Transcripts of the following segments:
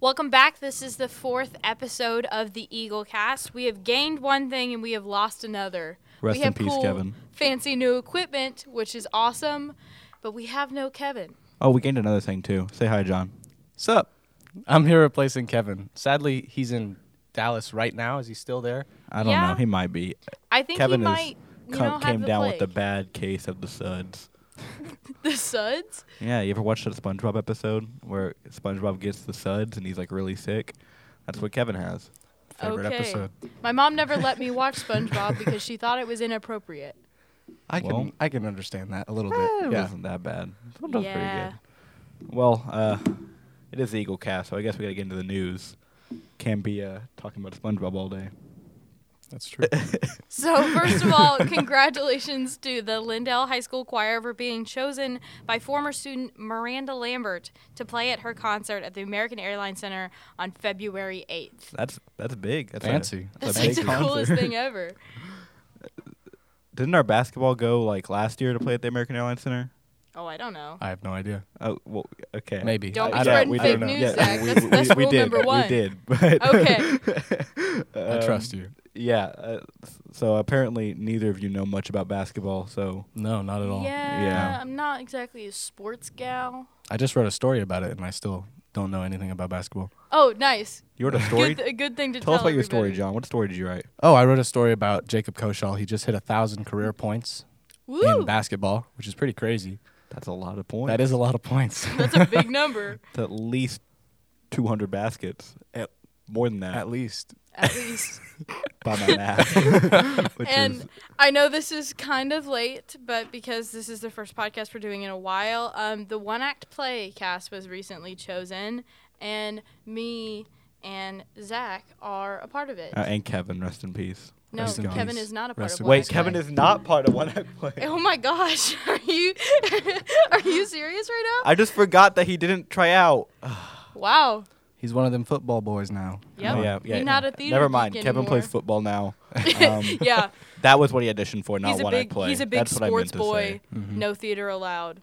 Welcome back. This is the fourth episode of the Eagle Cast. We have gained one thing and we have lost another. Rest we in have peace, cool, Kevin. Fancy new equipment, which is awesome, but we have no Kevin. Oh, we gained another thing too. Say hi, John. Sup? I'm here replacing Kevin. Sadly, he's in Dallas right now. Is he still there? I don't know. Yeah. He might be. I think Kevin he is might you Come- know, have came the down with the plague. bad case of the suds. the suds. Yeah, you ever watched that SpongeBob episode where SpongeBob gets the suds and he's like really sick? That's what Kevin has. Favorite okay. episode. My mom never let me watch SpongeBob because she thought it was inappropriate. I can Well- I can understand that a little Eh, bit. It Yeah. wasn't that bad. SpongeBob's Yeah. pretty good. Well, uh, it is the Eagle Cast, so I guess we gotta get into the news. Can't be uh, talking about SpongeBob all day. That's true. So, first of all, congratulations to the Lindell High School Choir for being chosen by former student Miranda Lambert to play at her concert at the American Airlines Center on February 8th. That's that's big. That's a- Fancy. That's a like big the coolest concert. thing ever. Didn't our basketball go like last year to play at the American Airlines Center? Oh, I don't know. I have no idea. Oh, well, okay. Maybe. Don't I- be I spreading we fake don't know. news, Yeah, Zach. we- That's- we- that's we rule did. number one. We did. But Okay. I trust you. Yeah. Uh, s- so apparently, neither of you know much about basketball. So No, not at all. Yeah, Yeah. I'm not exactly a sports gal. I just wrote a story about it, and I still don't know anything about basketball. Oh, nice. you wrote a story. Good, a good thing to Tell us about your everybody. story, John. What story did you write? Oh, I wrote a story about Jacob Koshal. He just hit a thousand career points Woo! in basketball, which is pretty crazy. That's a lot of points. That is a lot of points. That's a big number, It's at least 200 baskets. At- More than that, at least. at least. by my math. Which is and I know this is kind of late, but because this is the first podcast we're doing in a while, um, the one act play cast was recently chosen, and me and Zach are a part of it. uh, and Kevin, rest in peace. no, rest in Kevin peace. is not a part Rest of in one Wait, act Kevin play. is not part of one I Oh play. my gosh, are you are you serious right now? I just forgot that he didn't try out. wow. He's one of them football boys now. Yep. Oh, yeah, yeah. You're not a theater Never geek mind. Kevin anymore. plays football now. Um, yeah, That was what he auditioned for, not he's a what big I play. he's a big That's what I sports meant to boy. say. Mm-hmm. No theater allowed.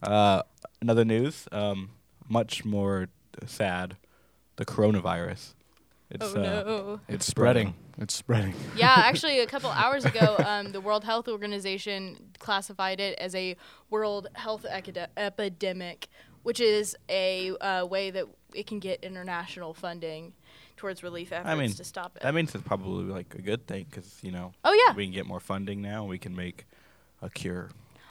Uh, another news, um, much more sad, the coronavirus. It's, Oh uh, no. It's spreading. It's spreading. Yeah, actually, a couple hours ago, um, the World Health Organization classified it as a world health ecide- epidemic, which is a uh, way that it can get international funding towards relief efforts mean, to stop it. That means it's probably like a good thing because you know oh yeah. we can get more funding now. We can make a cure.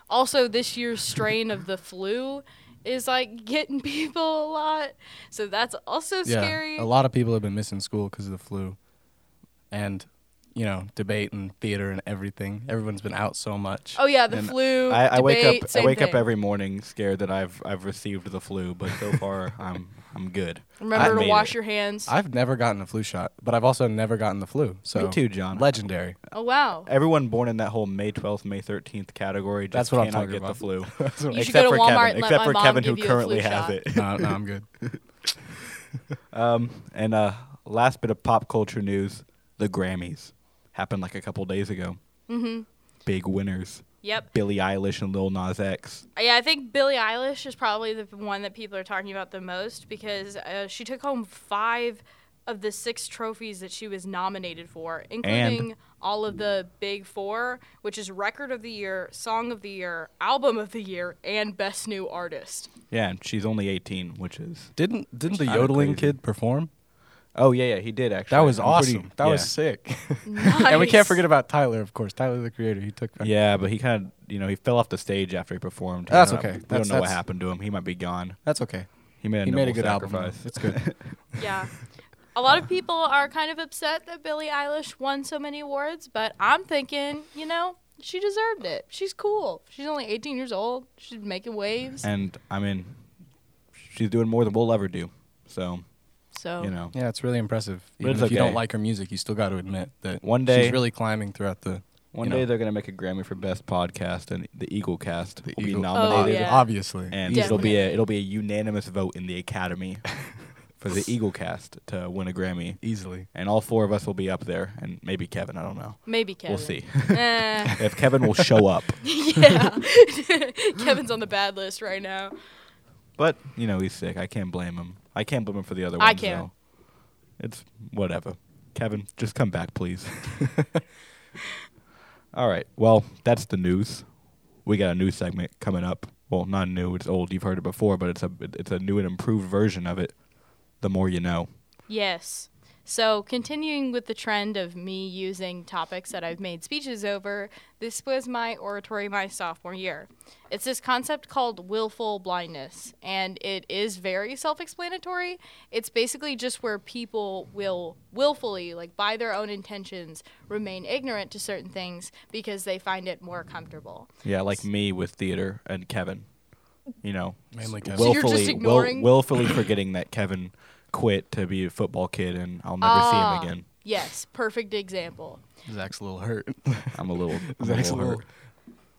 Also, this year's strain of the flu is like getting people a lot, so that's also scary. A lot of people have been missing school because of the flu, and you know, debate and theater and everything. Everyone's been out so much. Oh yeah, the And flu. I, I wake debate, up. I same wake up thing. every morning scared that I've I've received the flu, but so far I'm I'm good. I Remember to made wash it. your hands. I've never gotten a flu shot, but I've also never gotten the flu. So Me too, John. Legendary. oh wow. Everyone born in that whole May 12th, May 13th category just That's what I'm cannot get talking the about. flu. You should Except go for to Walmart Kevin. and let Except my for mom Kevin, who give you a currently flu has shot. it. no, no, I'm good. Um, and uh, last bit of pop culture news: the Grammys happened like a couple days ago. Mm-hmm. Big winners: Yep. Billie Eilish and Lil Nas X. Yeah, I think Billie Eilish is probably the one that people are talking about the most because uh, she took home five of the six trophies that she was nominated for, including all of the big four, which is Record of the Year, Song of the Year, Album of the Year, and Best New Artist. Yeah, and she's only 18, which is Didn't didn't the kinda yodeling crazy. kid perform? oh yeah, yeah, he did actually. That was I'm pretty- awesome. that was yeah. sick. Nice. and we can't forget about Tyler, of course. Tyler the creator. He took Yeah, but he kind of, you know, he fell off the stage after he performed. That's We don't- okay. We That's- don't know what that's- happened to him. He might be gone. That's okay. He made a, He made a noble good album. sacrifice. though. It's good. Yeah. A lot of people are kind of upset that Billie Eilish won so many awards, but I'm thinking, you know, she deserved it. She's cool. She's only 18 years old. She's making waves. and I mean, she's doing more than we'll ever do. So So, you know, yeah, it's really impressive. But Even if it's you don't okay. like her music, you still got to admit that One day- she's really climbing throughout the one you day know, they're gonna make a Grammy for best podcast, and the Eagle Cast will be Eagle- Oh, nominated, yeah. Obviously. and it'll be a it'll be a unanimous vote in the Academy for the Eagle Cast to win a Grammy, Easily. and all four of us will be up there, and maybe Kevin. I don't know. maybe Kevin. We'll see Eh, if Kevin will show up. yeah. Kevin's on the bad list right now. But you know, he's sick. I can't blame him. I can't blame him for the other I ones. can. though. It's whatever. Kevin, just come back, please. All right. Well, that's the news. We got a new segment coming up. Well, not new. It's old. You've heard it before, but it's a it's a new and improved version of it. The more you know. Yes. So, continuing with the trend of me using topics that I've made speeches over, this was my oratory my sophomore year. It's this concept called willful blindness, and it is very self explanatory. It's basically just where people will willfully, like by their own intentions, remain ignorant to certain things because they find it more comfortable. Yeah, like me with theater and Kevin. You know, Mainly s- Kevin. So you're just willfully, ignoring- willfully forgetting that Kevin quit to be a football kid, and I'll never Ah. see him again. Yes, perfect example. Zach's a little hurt. I'm a little, I'm a Zach's little hurt.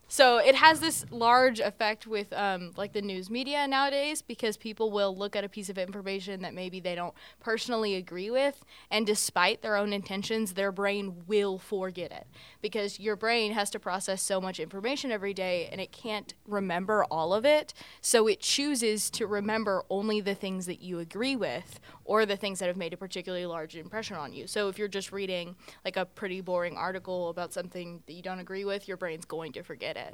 So it has this large effect with um, like the news media nowadays because people will look at a piece of information that maybe they don't personally agree with, and despite their own intentions, their brain will forget it because your brain has to process so much information every day and it can't remember all of it. So it chooses to remember only the things that you agree with or the things that have made a particularly large impression on you. So if you're just reading like a pretty boring article about something that you don't agree with, your brain's going to forget it.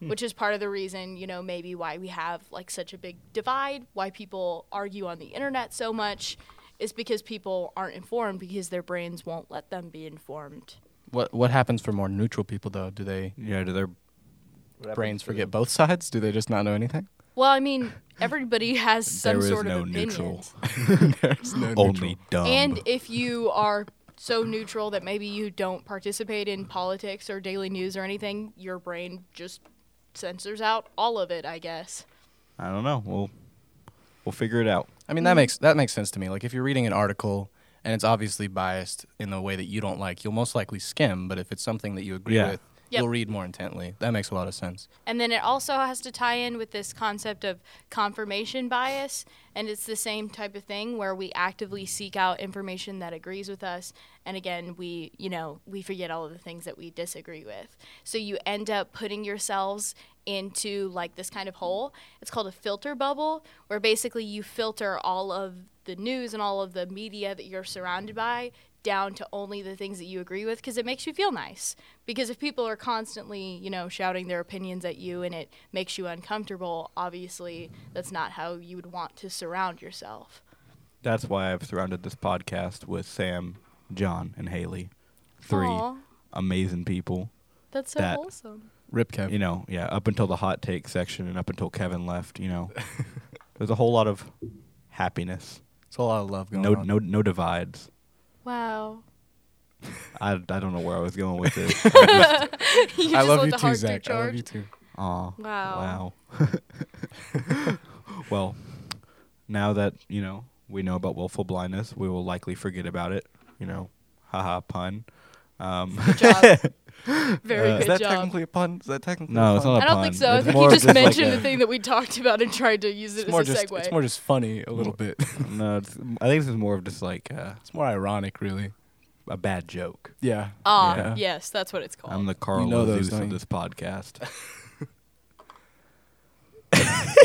Which is part of the reason, you know, maybe why we have like such a big divide, why people argue on the internet so much is because people aren't informed because their brains won't let them be informed. What what happens for more neutral people though? Do they Yeah, do their brains forget both sides? Do they just not know anything? Well, I mean, everybody has some There is sort no of neutral. opinions. There's no Only dumb. And if you are so neutral that maybe you don't participate in politics or daily news or anything, your brain just censors out all of it, I guess. I don't know. We'll we'll figure it out. I mean Hmm. that makes that makes sense to me. Like if you're reading an article and it's obviously biased in the way that you don't like, you'll most likely skim. But if it's something that you agree Yeah. with, Yep. you'll read more intently. That makes a lot of sense. And then it also has to tie in with this concept of confirmation bias. And it's the same type of thing where we actively seek out information that agrees with us. And again, we, you know, we forget all of the things that we disagree with. So you end up putting yourselves into like this kind of hole. It's called a filter bubble, where basically you filter all of the news and all of the media that you're surrounded by down to only the things that you agree with because it makes you feel nice. Because if people are constantly, you know, shouting their opinions at you and it makes you uncomfortable, obviously that's not how you would want to surround yourself. That's why I've surrounded this podcast with Sam, John, and Haley. Three Aw, amazing people. that's so that- wholesome. Rip Kev. You know, yeah, up until the hot take section and up until Kevin left, you know. there's a whole lot of happiness. it's a lot of love going No on. no no divides. Wow. I, I don't know where I was going with this. you just I let love you the too, heart Zach. do I love charge. you too. Aw. Wow. Wow. well, now that, you know, we know about willful blindness, we will likely forget about it. You know, haha, pun. Um, Good job. Very Uh, is good Is that job. technically a pun? Is that technically No, a it's pun? not I don't think pun. so. It's I think more you of just just like mentioned a- the thing that we talked about and tried to use it It's as more a just segue. it's more just funny a little bit. it's no, it's, I think this is more of just like uh, more ironic, really. a bad joke. Yeah. ah, Yeah. yes, that's what it's called. I'm the Carl know those, Zeus don't of you? this podcast.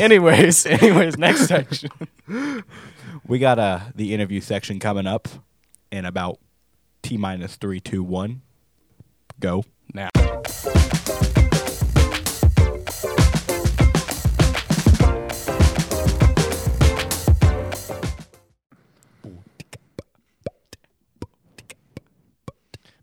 anyways, anyways, next section. we got uh, the interview section coming up in about T minus three, two, one. Go. Now.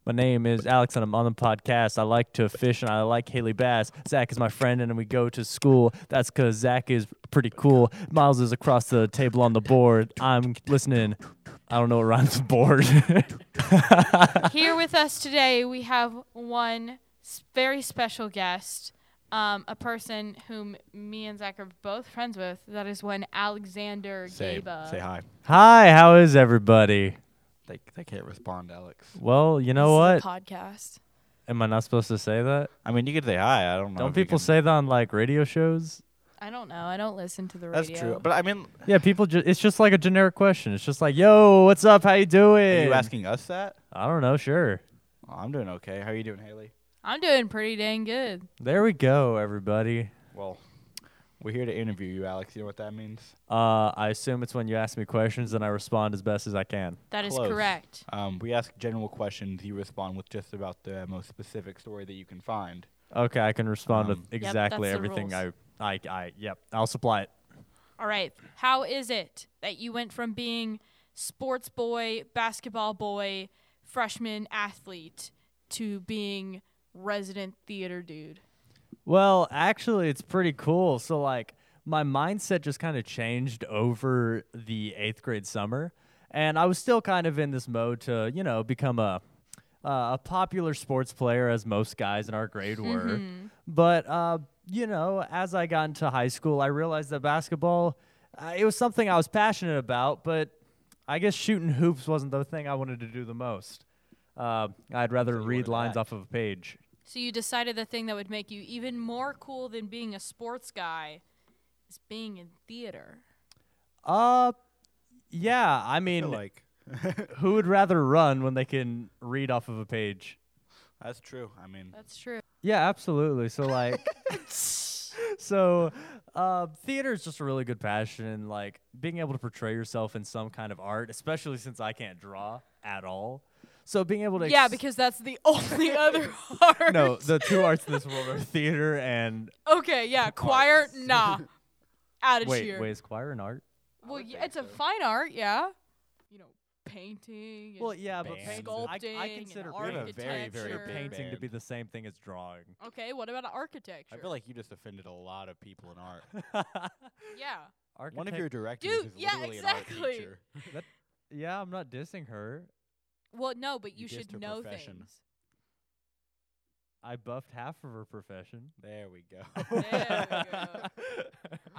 My name is Alex, and I'm on the podcast. I like to fish, and I like Haley Bass. Zach is my friend, and we go to school. That's because Zach is pretty cool. Miles is across the table on the board. I'm listening. I don't know what rhymes with board. Here with us today, we have one s- very special guest, um, a person whom me and Zach are both friends with. That is one Alexander Say, Gaba. say hi. Hi, how is everybody? They, they can't respond, Alex. Well, you know This what? is a Podcast. Am I not supposed to say that? I mean, you could say hi. I don't know. Don't if you people can- say that on like radio shows? I don't know. I don't listen to the That's radio. true. But I mean, Yeah, people. Ju- it's just like a generic question. It's just like, "Yo, what's up? How you doing?" are you asking us that? I don't know. Sure. Oh, I'm doing okay. How are you doing, Haley? I'm doing pretty dang good. There we go, everybody. Well, We're here to interview you, Alex. You know what that means? Uh, I assume it's when you ask me questions and I respond as best as I can. That is Close. correct. Um, we ask general questions. You respond with just about the most specific story that you can find. Okay, I can respond Um, with exactly that's the everything I, rules. I, I, yep, I'll supply it. All right. How is it that you went from being sports boy, basketball boy, freshman athlete to being resident theater dude? Well, actually, it's pretty cool. So, like, my mindset just kind of changed over the eighth grade summer, and I was still kind of in this mode to, you know, become a uh, a popular sports player, as most guys in our grade were. But uh, you know, as I got into high school, I realized that basketball uh, it was something I was passionate about, but I guess shooting hoops wasn't the thing I wanted to do the most. Uh, I'd rather read lines off of a page. So you decided the thing that would make you even more cool than being a sports guy is being in theater. Uh, yeah. I I mean, feel like who would rather run when they can read off of a page? that's true. I mean, That's true. Yeah, absolutely. So like, so uh, theater is just a really good passion, and like being able to portray yourself in some kind of art, especially since I can't draw at all. So being able to Yeah, ex- because that's the only other art. no, the two arts in this world are theater and Okay, yeah, choir, nah. Out of wait, here. wait, is choir an art? Well, yeah, it's a fine art, yeah. You know, painting. Well, and- yeah, but but bands and- I, I Sculpting and consider art painting- and Very, very consider big painting to band. be the same thing as drawing. Okay, what about architecture? I feel like you just offended a lot of people in art. yeah. One of your directors Dude, is yeah, literally an exactly. art teacher. yeah, I'm not dissing her. Well, no, but You you, dissed should her know profession. things. I buffed half of her profession. There we go. There we go.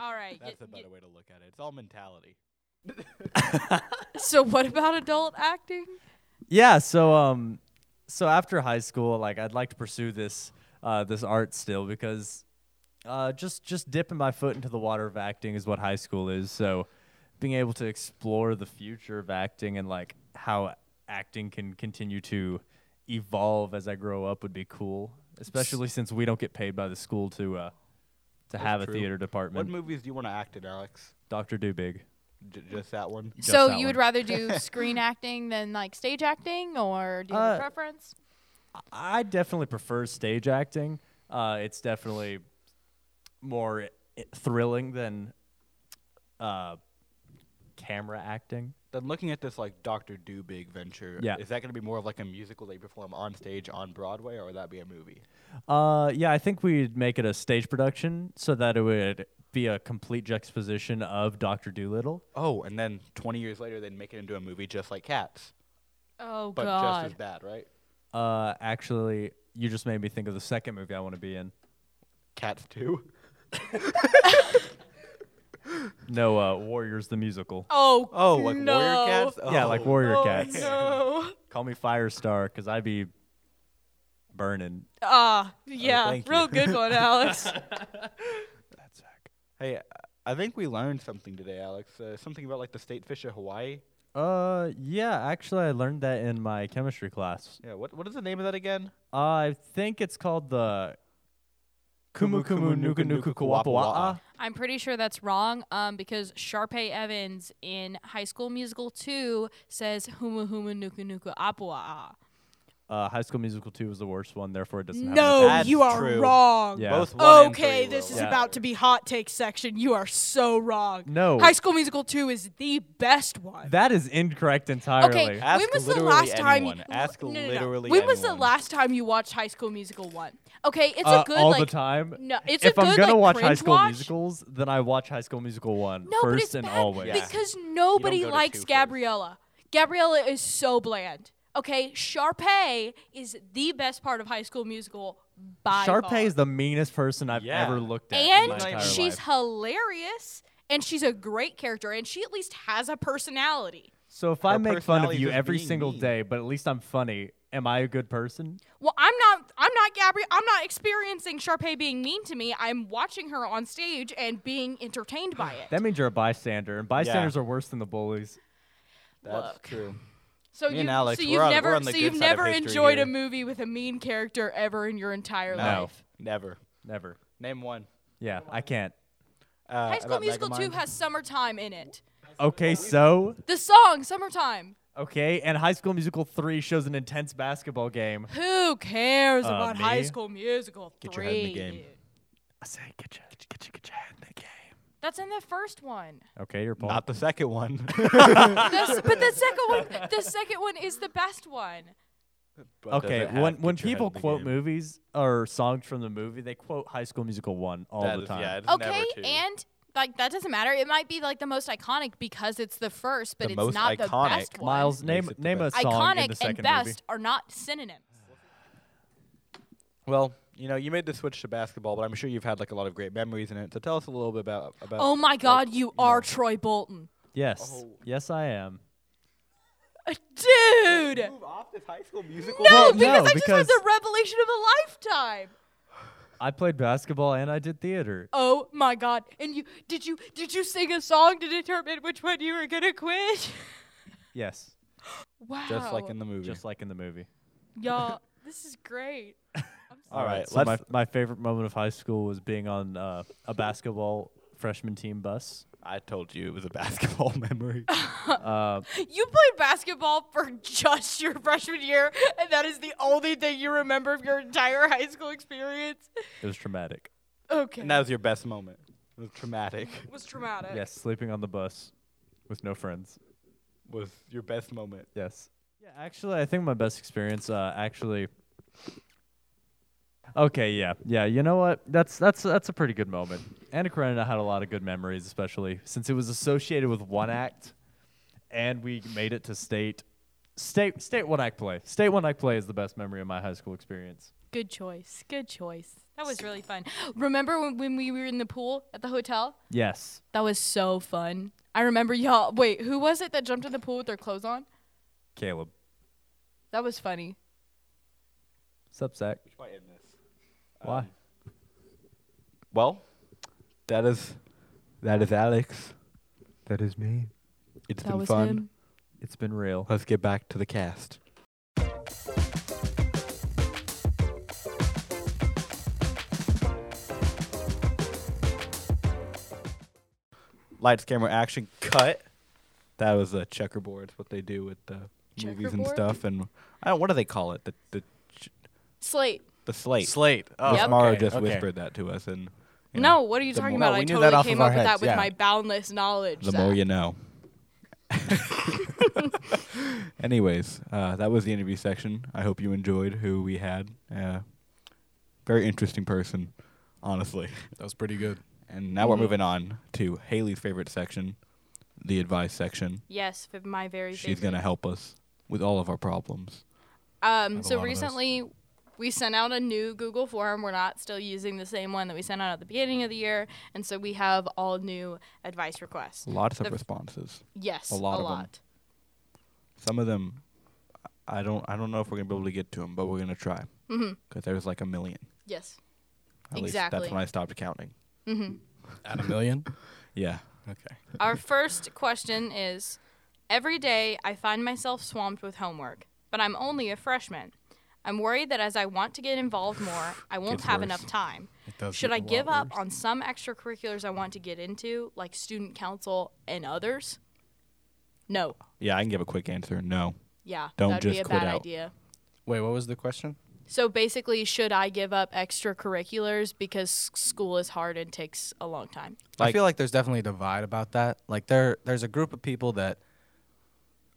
All right. That's a y- better way to look at it. It's all mentality. y- so what about adult acting? Yeah, so um so after high school, like I'd like to pursue this uh this art still because uh just just dipping my foot into the water of acting is what high school is. So being able to explore the future of acting and like how acting can continue to evolve as I grow up would be cool, especially since we don't get paid by the school to uh to have a true. theater What department. movies do you want to act in, Alex? Dr. Dubig. J- just that one? Just so that you would one. rather do screen acting than like stage acting, or do you have Uh, a preference? I definitely prefer stage acting. Uh, it's definitely more i- thrilling than uh, camera acting. Then looking at this like Doctor Doobig venture, Yeah. is that going to be more of like a musical they perform on stage on Broadway, or would that be a movie? Uh, yeah, I think we'd make it a stage production so that it would be a complete juxtaposition of Doctor Doolittle. Oh, and then 20 years later, they'd make it into a movie just like Cats, Oh but God. just as bad, right? Uh, actually, you just made me think of the second movie I want to be in. Cats 2? No, uh, Warriors the musical. oh. Oh, like no. Warrior Cats? Yeah, like Warrior Oh, Cats. No. Call me Firestar because I'd be burning. Oh, Ah, yeah, thank you. real good one, Alex. Hey, I think we learned something today, Alex. Uh, something about like the state fish of Hawaii. Uh, yeah, actually, I learned that in my chemistry class. Yeah, what, what is the name of that again? I think it's called the Kumu Kumu Nuka Nuka Kuwapawa'a. I'm pretty sure that's wrong um, because Sharpay Evans in High School Musical 2 says Humu Humu Nuku Nuku Apua. Uh, High School Musical 2 was the worst one, therefore it doesn't have No, That's Oh, you are true. wrong. Yeah. Both one and Okay, three this were is Yeah. about to be hot take section. You are so wrong. No. High School Musical 2 is the best one. That is incorrect entirely. Okay, Ask when was the literally last time? anyone. Ask no, no, no. literally When was the anyone. last time you watched High School Musical 1? Okay, it's Uh, a good all like the time. No, it's if a good I'm gonna watch like, High cringe School watch. Musicals, then I watch High School Musical One No, first but it's and bad always. Yeah. because nobody go to two likes first. Gabriella. Gabriella is so bland. Okay, Sharpay is the best part of High School Musical by far. Sharpay is the meanest person I've Yeah. ever looked at. in my and entire she's life. hilarious, and she's a great character, and she at least has a personality. so if I her make fun of personality you just every being single mean. day, but at least I'm funny. Am I a good person? Well, I'm not. I'm not Gabrielle. I'm not experiencing Sharpay being mean to me. I'm watching her on stage and being entertained by it. That means you're a bystander, and bystanders are worse than the bullies. That's Look. true. so me you, and Alex, so we're you've on- we're never, on the so good you've side of never history enjoyed here. a movie with a mean character ever in your entire No. life. Never. Never. Name one. Yeah, I can't. Uh, High School about Musical Megamind. 2 has Summertime in it. Okay, so The song, Summertime. okay, and High School Musical three shows an intense basketball game. Who cares Uh, about High me? School Musical 3? Get your head in the game. dude? I say, get your, get your, get your head in the game. That's in the first one. Okay, you're Paul. Not the second one, That's- but the second one, the second one is the best one. But does it okay, have when Get when Your Head in people the quote Game? movies or songs from the movie, they quote High School Musical one all That the is- time. yeah, it's never Okay, two. and like that doesn't matter. It might be like the most iconic because it's the first, but The it's most not iconic. the best one. Miles, name it the name a best. song in the iconic and second best movie. are not synonyms. well, you know, you made the switch to basketball, but I'm sure you've had like a lot of great memories in it. So tell us a little bit about about. Oh my God, Uh, like, you know, are Troy Bolton, Yes, Oh. yes, I am. Uh, dude. Move off this High School Musical. No, Well, because no, I just because- had the revelation of a lifetime. I played basketball and I did theater. Oh my God! And you did you did you sing a song to determine which one you were gonna quit? Yes, Wow. Just like in the movie. just like in the movie. y'all, this is great. All right, So my, let's- my favorite moment of high school was being on uh, a basketball freshman team bus. I told you it was a basketball memory. Uh, You played basketball for just your freshman year, and that is the only thing you remember of your entire high school experience. it was traumatic. Okay. and that was your best moment. It was traumatic. was traumatic. Yes, sleeping on the bus with no friends. Was your best moment. Yes. Yeah, actually, I think my best experience. Uh, actually. Okay. Yeah. Yeah. You know what? That's that's that's a pretty good moment. Anna Karenina had a lot of good memories, especially since it was associated with one act, and we made it to state. State state one act play. State one act play is the best memory of my high school experience. Good choice. Good choice. That was really fun. Remember when, when we were in the pool at the hotel? Yes. That was so fun. I remember y'all. Wait, who was it that jumped in the pool with their clothes on? Caleb. That was funny. Sup, Zach? We should probably end this. Why? Um, Well, that is that is Alex. That is me. It's that been was fun. him. it's been real. Let's get back to the cast. Lights, camera, action, cut. That was a checkerboard. It's what they do with the movies and Checkerboard? stuff. And I don't. What do they call it? The the ch- Slate. the slate. Slate. Oh, Yep. Mara okay, just okay. whispered that to us, and you know, No, what are you the talking more- about? No, I we knew that totally off of came our up with that heads, with yeah. my boundless knowledge. the more Zach. you know. Anyways, uh, that was the interview section. I hope you enjoyed who we had. Uh, very interesting person, honestly. That was pretty good. And now we're Mm-hmm. moving on to Haley's favorite section, the advice section. Yes, f- my very She's favorite. gonna help us with all of our problems. a Um, so lot of those. recently, we sent out a new Google form. We're not still using the same one that we sent out at the beginning of the year, and so we have all new advice requests. Lots of The- responses. Yes, A a lot lot. of 'em. Some of them, I don't, I don't know if we're gonna be able to get to them, but we're gonna try. Mhm. Because there's like a million. Yes. At Least Exactly. that's when I stopped counting. At a million. Yeah. Okay. Our first question is Every day I find myself swamped with homework, but I'm only a freshman. I'm worried that as I want to get involved more, I won't Gets have worse. enough time. It does Should get I a give lot up on some extracurriculars I want to get into, like student council and others? No. Yeah, I can give a quick answer. No. Yeah. Don't that'd be just a quit bad out. idea. Wait, what was the question? So basically, should I give up extracurriculars because s- school is hard and takes a long time? Like- I feel like there's definitely a divide about that. Like there there's a group of people that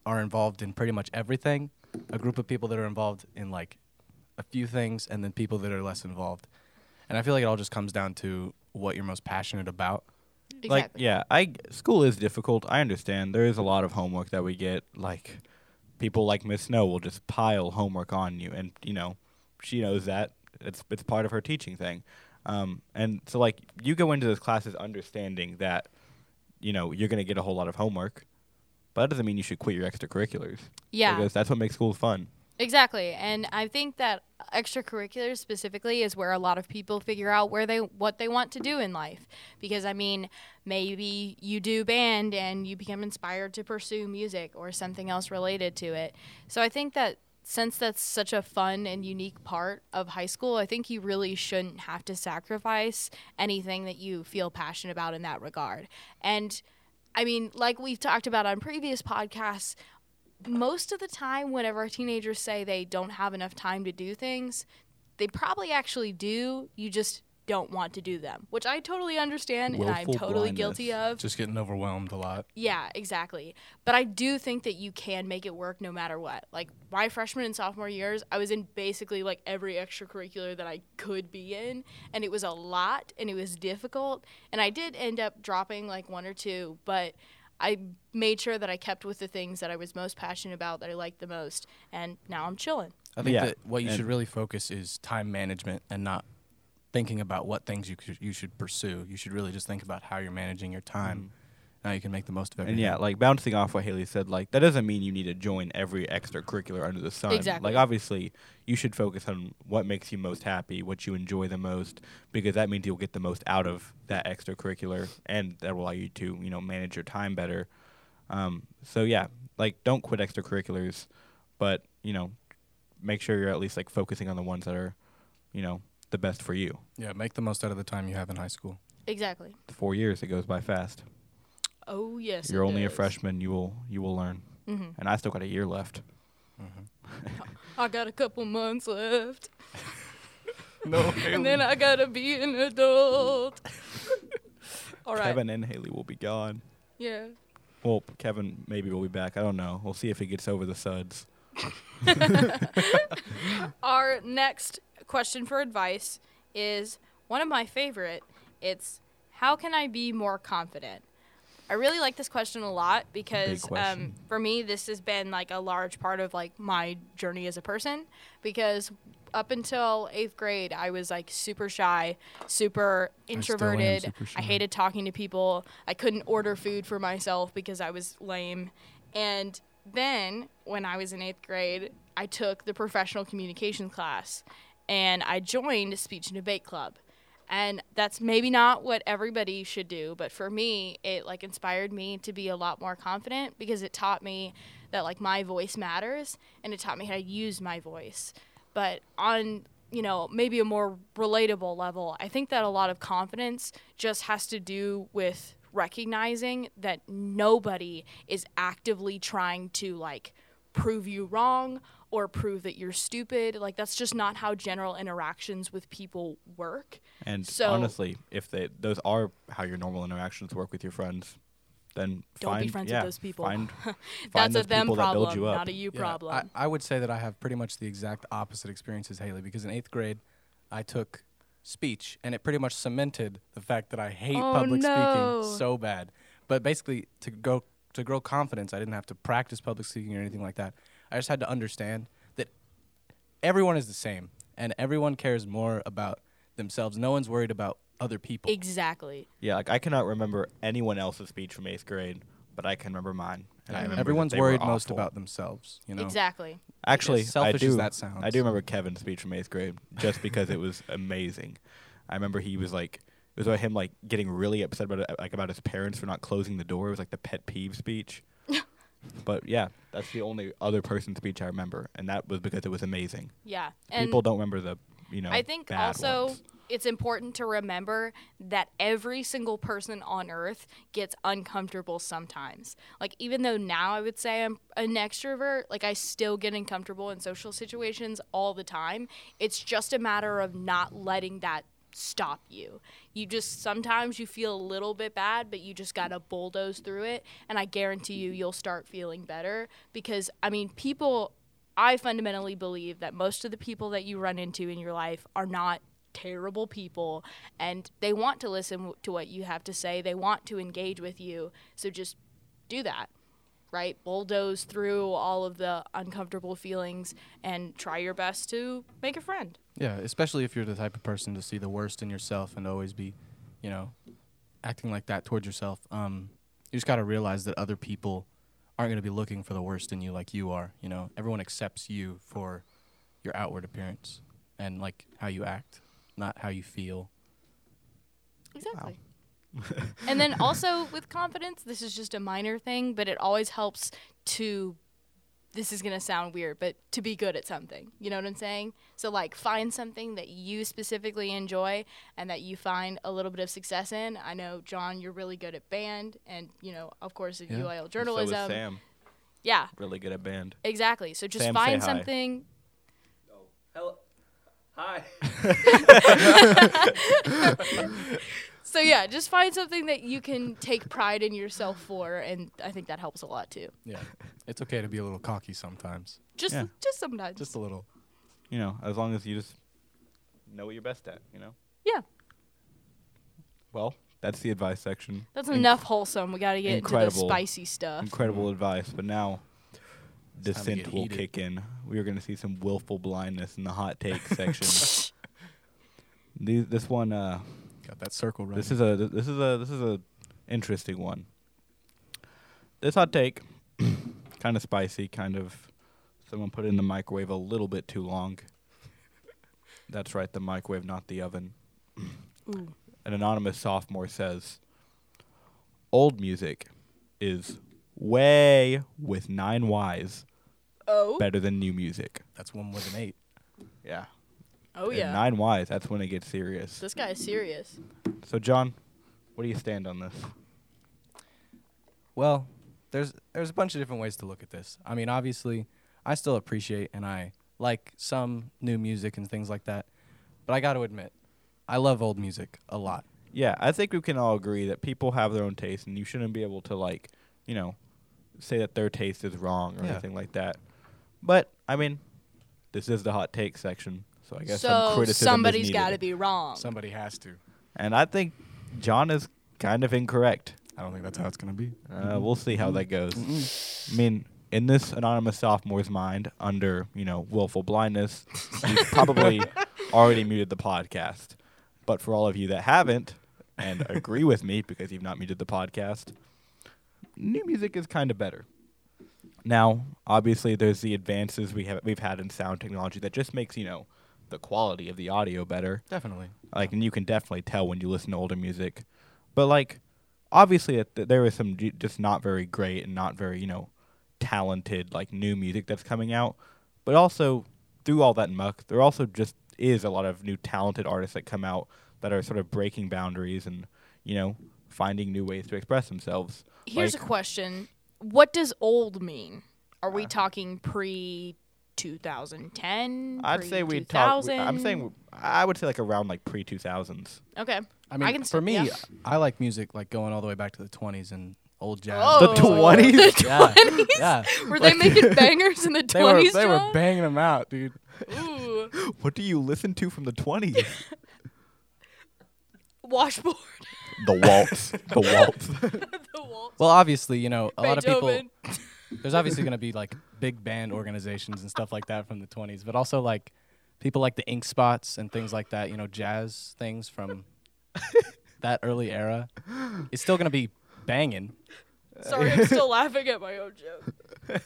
are involved in pretty much everything, a group of people that are involved in like a few things and then people that are less involved. And I feel like it all just comes down to what you're most passionate about. Like yeah, I school is difficult. I understand. There is a lot of homework that we get. Like people like Miss Snow will just pile homework on you, and you know she knows that it's it's part of her teaching thing. Um, and so like you go into those classes understanding that you know you're gonna get a whole lot of homework, but that doesn't mean you should quit your extracurriculars. Yeah. because that's what makes school fun. Exactly. And I think that extracurriculars specifically is where a lot of people figure out where they what they want to do in life. Because I mean, maybe you do band and you become inspired to pursue music or something else related to it. So I think that since that's such a fun and unique part of high school, I think you really shouldn't have to sacrifice anything that you feel passionate about in that regard. And I mean, like we've talked about on previous podcasts, most of the time, whenever teenagers say they don't have enough time to do things, they probably actually do. You just don't want to do them, which I totally understand and I'm Willful totally guilty blindness. of. Just getting overwhelmed a lot. Yeah, exactly. But I do think that you can make it work no matter what. Like my freshman and sophomore years, I was in basically like every extracurricular that I could be in, and it was a lot and it was difficult. And I did end up dropping like one or two, but I made sure that I kept with the things that I was most passionate about, that I liked the most, and now I'm chilling. I think Yeah, that what you should and- really focus is time management and not thinking about what things you could, you should pursue. You should really just think about how you're managing your time, and how you can make the most of everything. Mm. And yeah, like bouncing off what Haley said, like that doesn't mean you need to join every extracurricular under the sun. Exactly. Like obviously, you should focus on what makes you most happy, what you enjoy the most, because that means you'll get the most out of that extracurricular, and that will allow you to, you know, manage your time better. Um, so yeah, like don't quit extracurriculars, but you know, make sure you're at least like focusing on the ones that are, you know, the best for you. yeah, make the most out of the time you have in high school. Exactly. Four years it goes by fast. Oh yes. you're it only a does. freshman. You will you will learn, Mhm. and I still got a year left. I got a couple months left, No, and then I gotta be an adult. All right. Kevin and Haley will be gone. Yeah. Well, Kevin maybe will be back. I don't know. We'll see if he gets over the suds. Our next question for advice is one of my favorite. It's how can I be more confident? I really like this question a lot because um, question. for me, this has been like a large part of like my journey as a person. Because up until eighth grade, I was like super shy, super still am introverted. super shy. I hated talking to people. I couldn't order food for myself because I was lame. And then when I was in eighth grade, I took the professional communication class and I joined a speech and debate club. And that's maybe not what everybody should do, but for me, it like inspired me to be a lot more confident because it taught me that like my voice matters and it taught me how to use my voice but on you know maybe a more relatable level i think that a lot of confidence just has to do with recognizing that nobody is actively trying to like prove you wrong or prove that you're stupid like that's just not how general interactions with people work And So- honestly, if they those are how your normal interactions work with your friends, then Don't be find- friends with yeah, those people. Find, that's find a those them people problem that build you up. not a you Yeah, problem I, I would say that I have pretty much the exact opposite experience as Haley because in eighth grade, I took speech and it pretty much cemented the fact that I hate Oh, public no. speaking so bad. But basically, to go to grow confidence, I didn't have to practice public speaking or anything like that. I just had to understand that everyone is the same and everyone cares more about themselves. No one's worried about other people. exactly yeah, like I cannot remember anyone else's speech from eighth grade, but I can remember mine. And I remember that Everyone's they were worried most awful. about themselves. You know, exactly Actually, As selfish I do. as that sounds. I do remember Kevin's speech from eighth grade just because it was amazing. I remember he was like, it was about him like getting really upset about like about his parents for not closing the door. It was like the pet peeve speech. but yeah, that's the only other person's speech I remember, and that was because it was amazing. yeah and People don't remember the you know. I think bad also ones. it's important to remember that every single person on earth gets uncomfortable sometimes. Like even though now I would say I'm an extrovert, like I still get uncomfortable in social situations all the time. It's just a matter of not letting that stop you. You just sometimes you feel a little bit bad, but you just got to bulldoze through it and I guarantee you you'll start feeling better because I mean people I fundamentally believe that most of the people that you run into in your life are not terrible people and they want to listen w- to what you have to say. They want to engage with you. So just do that, right? Bulldoze through all of the uncomfortable feelings and try your best to make a friend. Yeah, especially if you're the type of person to see the worst in yourself and always be, you know, acting like that towards yourself. Um, you just got to realize that other people aren't going to be looking for the worst in you like you are. You know, everyone accepts you for your outward appearance and like how you act, not how you feel. Exactly. and then also with confidence, this is just a minor thing, but it always helps to this is gonna sound weird, but to be good at something. You know what I'm saying? So like find something that you specifically enjoy and that you find a little bit of success in. I know John, you're really good at band and you know, of course at Yeah. UIL So is journalism. Sam Yeah, really good at band? exactly. So just Sam, say find hi. something Hello. Hi. so yeah, just find something that you can take pride in yourself for and I think that helps a lot too. Yeah. It's okay to be a little cocky sometimes. Just Yeah. just sometimes. Just a little. You know, as long as you just know what you're best at. You know. yeah. Well, that's the advice section. That's Inc- enough wholesome. We got to get into incredible. the spicy stuff. Incredible advice, but now Mm-hmm. It's time to dissent get will heated. kick in. We are going to see some willful blindness in the hot take section. These, this one, uh, Got that circle right. this is a this is a this is a interesting one. This hot take, kind of spicy, kind of someone put it in the microwave a little bit too long. That's right, the microwave, not the oven. An anonymous sophomore says, "Old music is way with nine Y's Oh. better than new music." That's one with an eight. Yeah. Oh yeah. Nine Y's. That's when it gets serious. This guy is serious. So, John, what do you stand on this? Well, there's there's a bunch of different ways to look at this. I mean, obviously, I still appreciate and I like some new music and things like that. But I got to admit, I love old music a lot. Yeah, I think we can all agree that people have their own taste, and you shouldn't be able to like, you know, say that their taste is wrong or Yeah. anything like that. But I mean, this is the hot take section, so I guess some so criticism somebody's got to be wrong. Somebody has to. And I think John is kind of incorrect. I don't think that's how it's going to be. Uh, we'll see how that goes. I mean, in this anonymous sophomore's mind, under you know willful blindness, he's probably already muted the podcast. But for all of you that haven't and agree with me because you've not muted the podcast, new music is kind of better. Now, obviously, there's the advances we have we've had in sound technology that just makes you know the quality of the audio better Definitely. like and you can definitely tell when you listen to older music but like obviously it- th- there is some ju- just not very great and not very you know talented like new music that's coming out but also through all that muck there also just is a lot of new talented artists that come out that are sort of breaking boundaries and you know finding new ways to express themselves Here's Like- a question: What does old mean? Are we talking pre 2010? i'd say we talk we- i'm saying i would say like around like pre-2000s Okay. I mean, can for s- me, yeah. I like music like going all the way back to the 20s and old jazz. Oh. The 20s? The Yeah. 20s? yeah. Were they making bangers in the They were 20s? they were John? banging them out, dude. Ooh. what do you listen to from the 20s Washboard. the waltz the waltz the waltz. Well, obviously, you know, a lot of people Beethoven. there's obviously going to be like big band organizations and stuff like that from the 20s, but also like people like the Ink Spots and things like that, you know, jazz things from that early era. It's still going to be banging. Uh, Sorry, I'm still laughing at my own joke.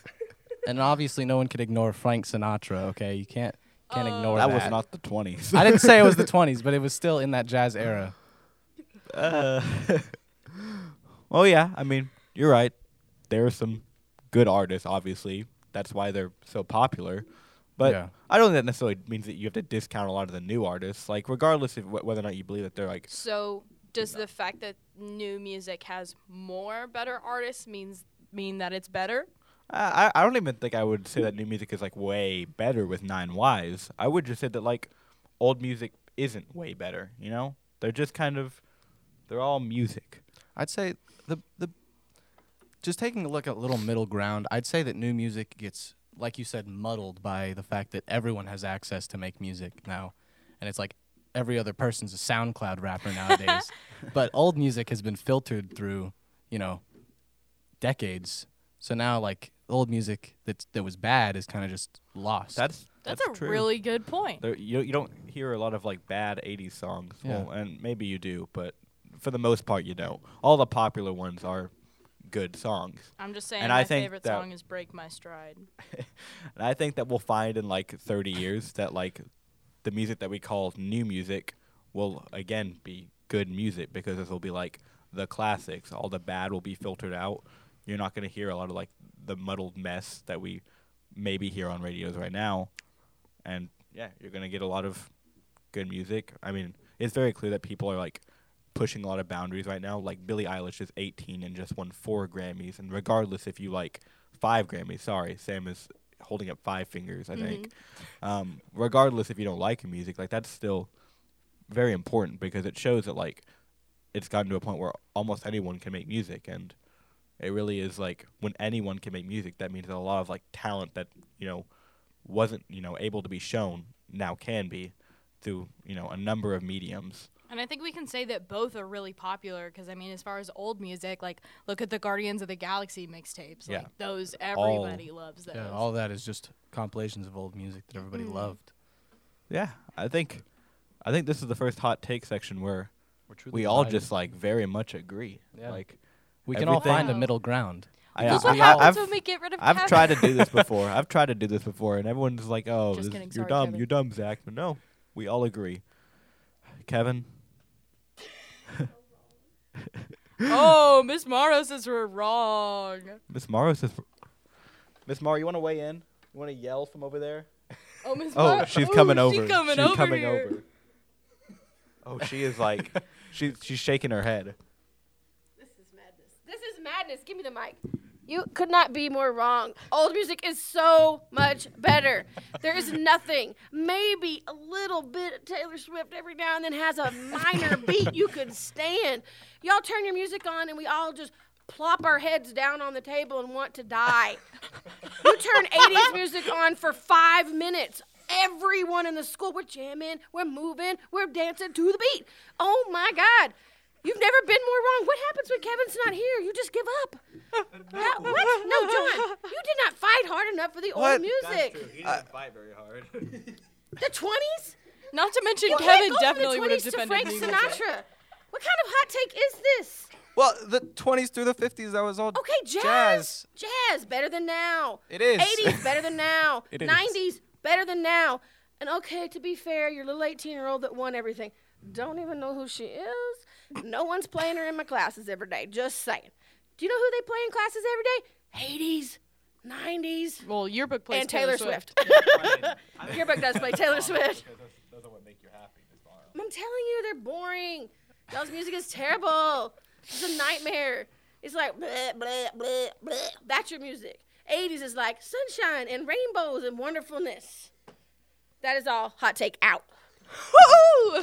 And obviously no one could ignore Frank Sinatra, okay? You can't can't ignore that. that was not the 20s I didn't say it was the 20s, but it was still in that jazz era. Oh yeah, I mean you're right. There are some good artists, obviously. That's why they're so popular. But Yeah. I don't think that necessarily means that you have to discount a lot of the new artists. Like regardless of wh- whether or not you believe that they're like So, does the fact that new music has more better artists means mean that it's better? I, I I don't even think I would say that new music is like way better with nine Ys. I would just say that like old music isn't way better. You know, they're just kind of they're all music. I'd say the the just taking a look at little middle ground, I'd say that new music gets like you said muddled by the fact that everyone has access to make music now. And it's like every other person's a SoundCloud rapper nowadays. but old music has been filtered through, you know, decades. So now like old music that that was bad is kind of just lost. That's That's, a true. really good point. There, you you don't hear a lot of like bad '80s songs. Yeah. Well, and maybe you do, but for the most part, you don't. All the popular ones are good songs, I'm just saying And I my think favorite that- song is Break My Stride. and I think that we'll find in like 30 years that like the music that we call new music will again be good music because this will be like the classics. All the bad will be filtered out. You're not gonna hear a lot of like the muddled mess that we maybe hear on radios right now. And yeah, you're going to get a lot of good music. I mean, it's very clear that people are like pushing a lot of boundaries right now. Like Billie Eilish is 18 and just won four Grammys, and regardless if you like five Grammys, sorry, Sam is holding up five fingers, I think. Um, regardless if you don't like her music, like that's still very important because it shows that like it's gotten to a point where almost anyone can make music, and it really is like when anyone can make music, that means that a lot of like talent that you know wasn't you know able to be shown now can be through you know a number of mediums. And I think we can say that both are really popular because I mean, as far as old music, like look at the Guardians of the Galaxy mixtapes. Yeah. Like those, everybody loves those. Yeah, all that is just compilations of old music that everybody loved. Yeah, I think, I think this is the first hot take section where We're truly we all divided. just like very much agree. Yeah. Like we can all find a everything- middle ground. I, Look I, what happens have when we get rid of I've Kevin. tried to do this before. I've tried to do this before, and everyone's like, "Oh, Just this- kidding, you're sorry, dumb. Kevin. You're dumb, Zach." But no, we all agree. Kevin, oh, Miss Morrow says we're wrong. Miss Morrow says, "Miss Morrow, you want to weigh in? You want to yell from over there?" Oh, Miss Oh, Morrow. she's Ooh, coming over. She's coming over. coming here. over. Oh, she is like, she's she's shaking her head. This is madness. This is madness. Give me the mic. You could not be more wrong. Old music is so much better. There is nothing. Maybe a little bit of Taylor Swift every now and then has a minor beat you could stand. Y'all turn your music on and we all just plop our heads down on the table and want to die. You turn 80s music on for five minutes. Everyone in the school, we're jamming, we're moving, we're dancing to the beat. Oh my God. You've never been more wrong. What happens when Kevin's not here? You just give up. How- what? No, John, you did not fight hard enough for the What? old music. didn't fight very hard. The 20s? Not to mention, You Kevin can't go definitely would from the have 20s to defended Frank me. Sinatra. What kind of hot take is this? Well, the 20s through the 50s, that was all. Okay, jazz. Jazz, better than now. It is. 80s better than now. It is. 90s better than now. And okay, to be fair, your little 18 year old that won everything. Don't even know who she is. No one's playing her in my classes every day. Just saying. Do you know who they play in classes every day? 80s, 90s, Well, yearbook plays and Taylor, Swift. Yearbook does play Taylor Swift. I'm telling you, they're boring. Y'all's music is terrible. It's a nightmare. It's like bleh, bleh, bleh, bleh. That's your music. 80s is like sunshine and rainbows and wonderfulness. That is all. Hot take out.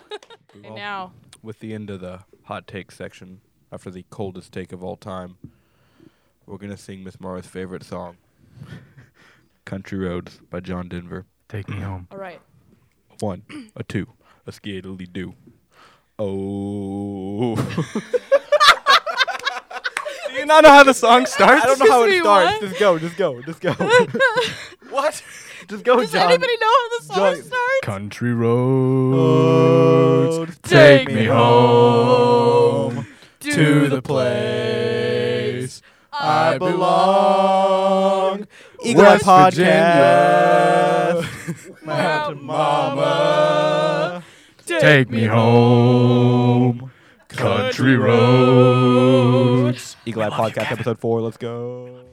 And now, with the end of the hot take section, after the coldest take of all time, we're gonna sing Miss Morrow's favorite song, "Country Roads" by John Denver. Take me home. all right. One, a two, a skiddly do. Oh, Do you not know how the song starts? I don't know how Excuse me, it starts. what? Just go, just go, just go, What? just go, Does John. anybody know how the song John- starts? Country roads. Take me home to the place I belong. Eagle Eye Podcast. Mountain Mama. Take, home. Country roads. Eagle Eye Podcast, episode four. Let's go.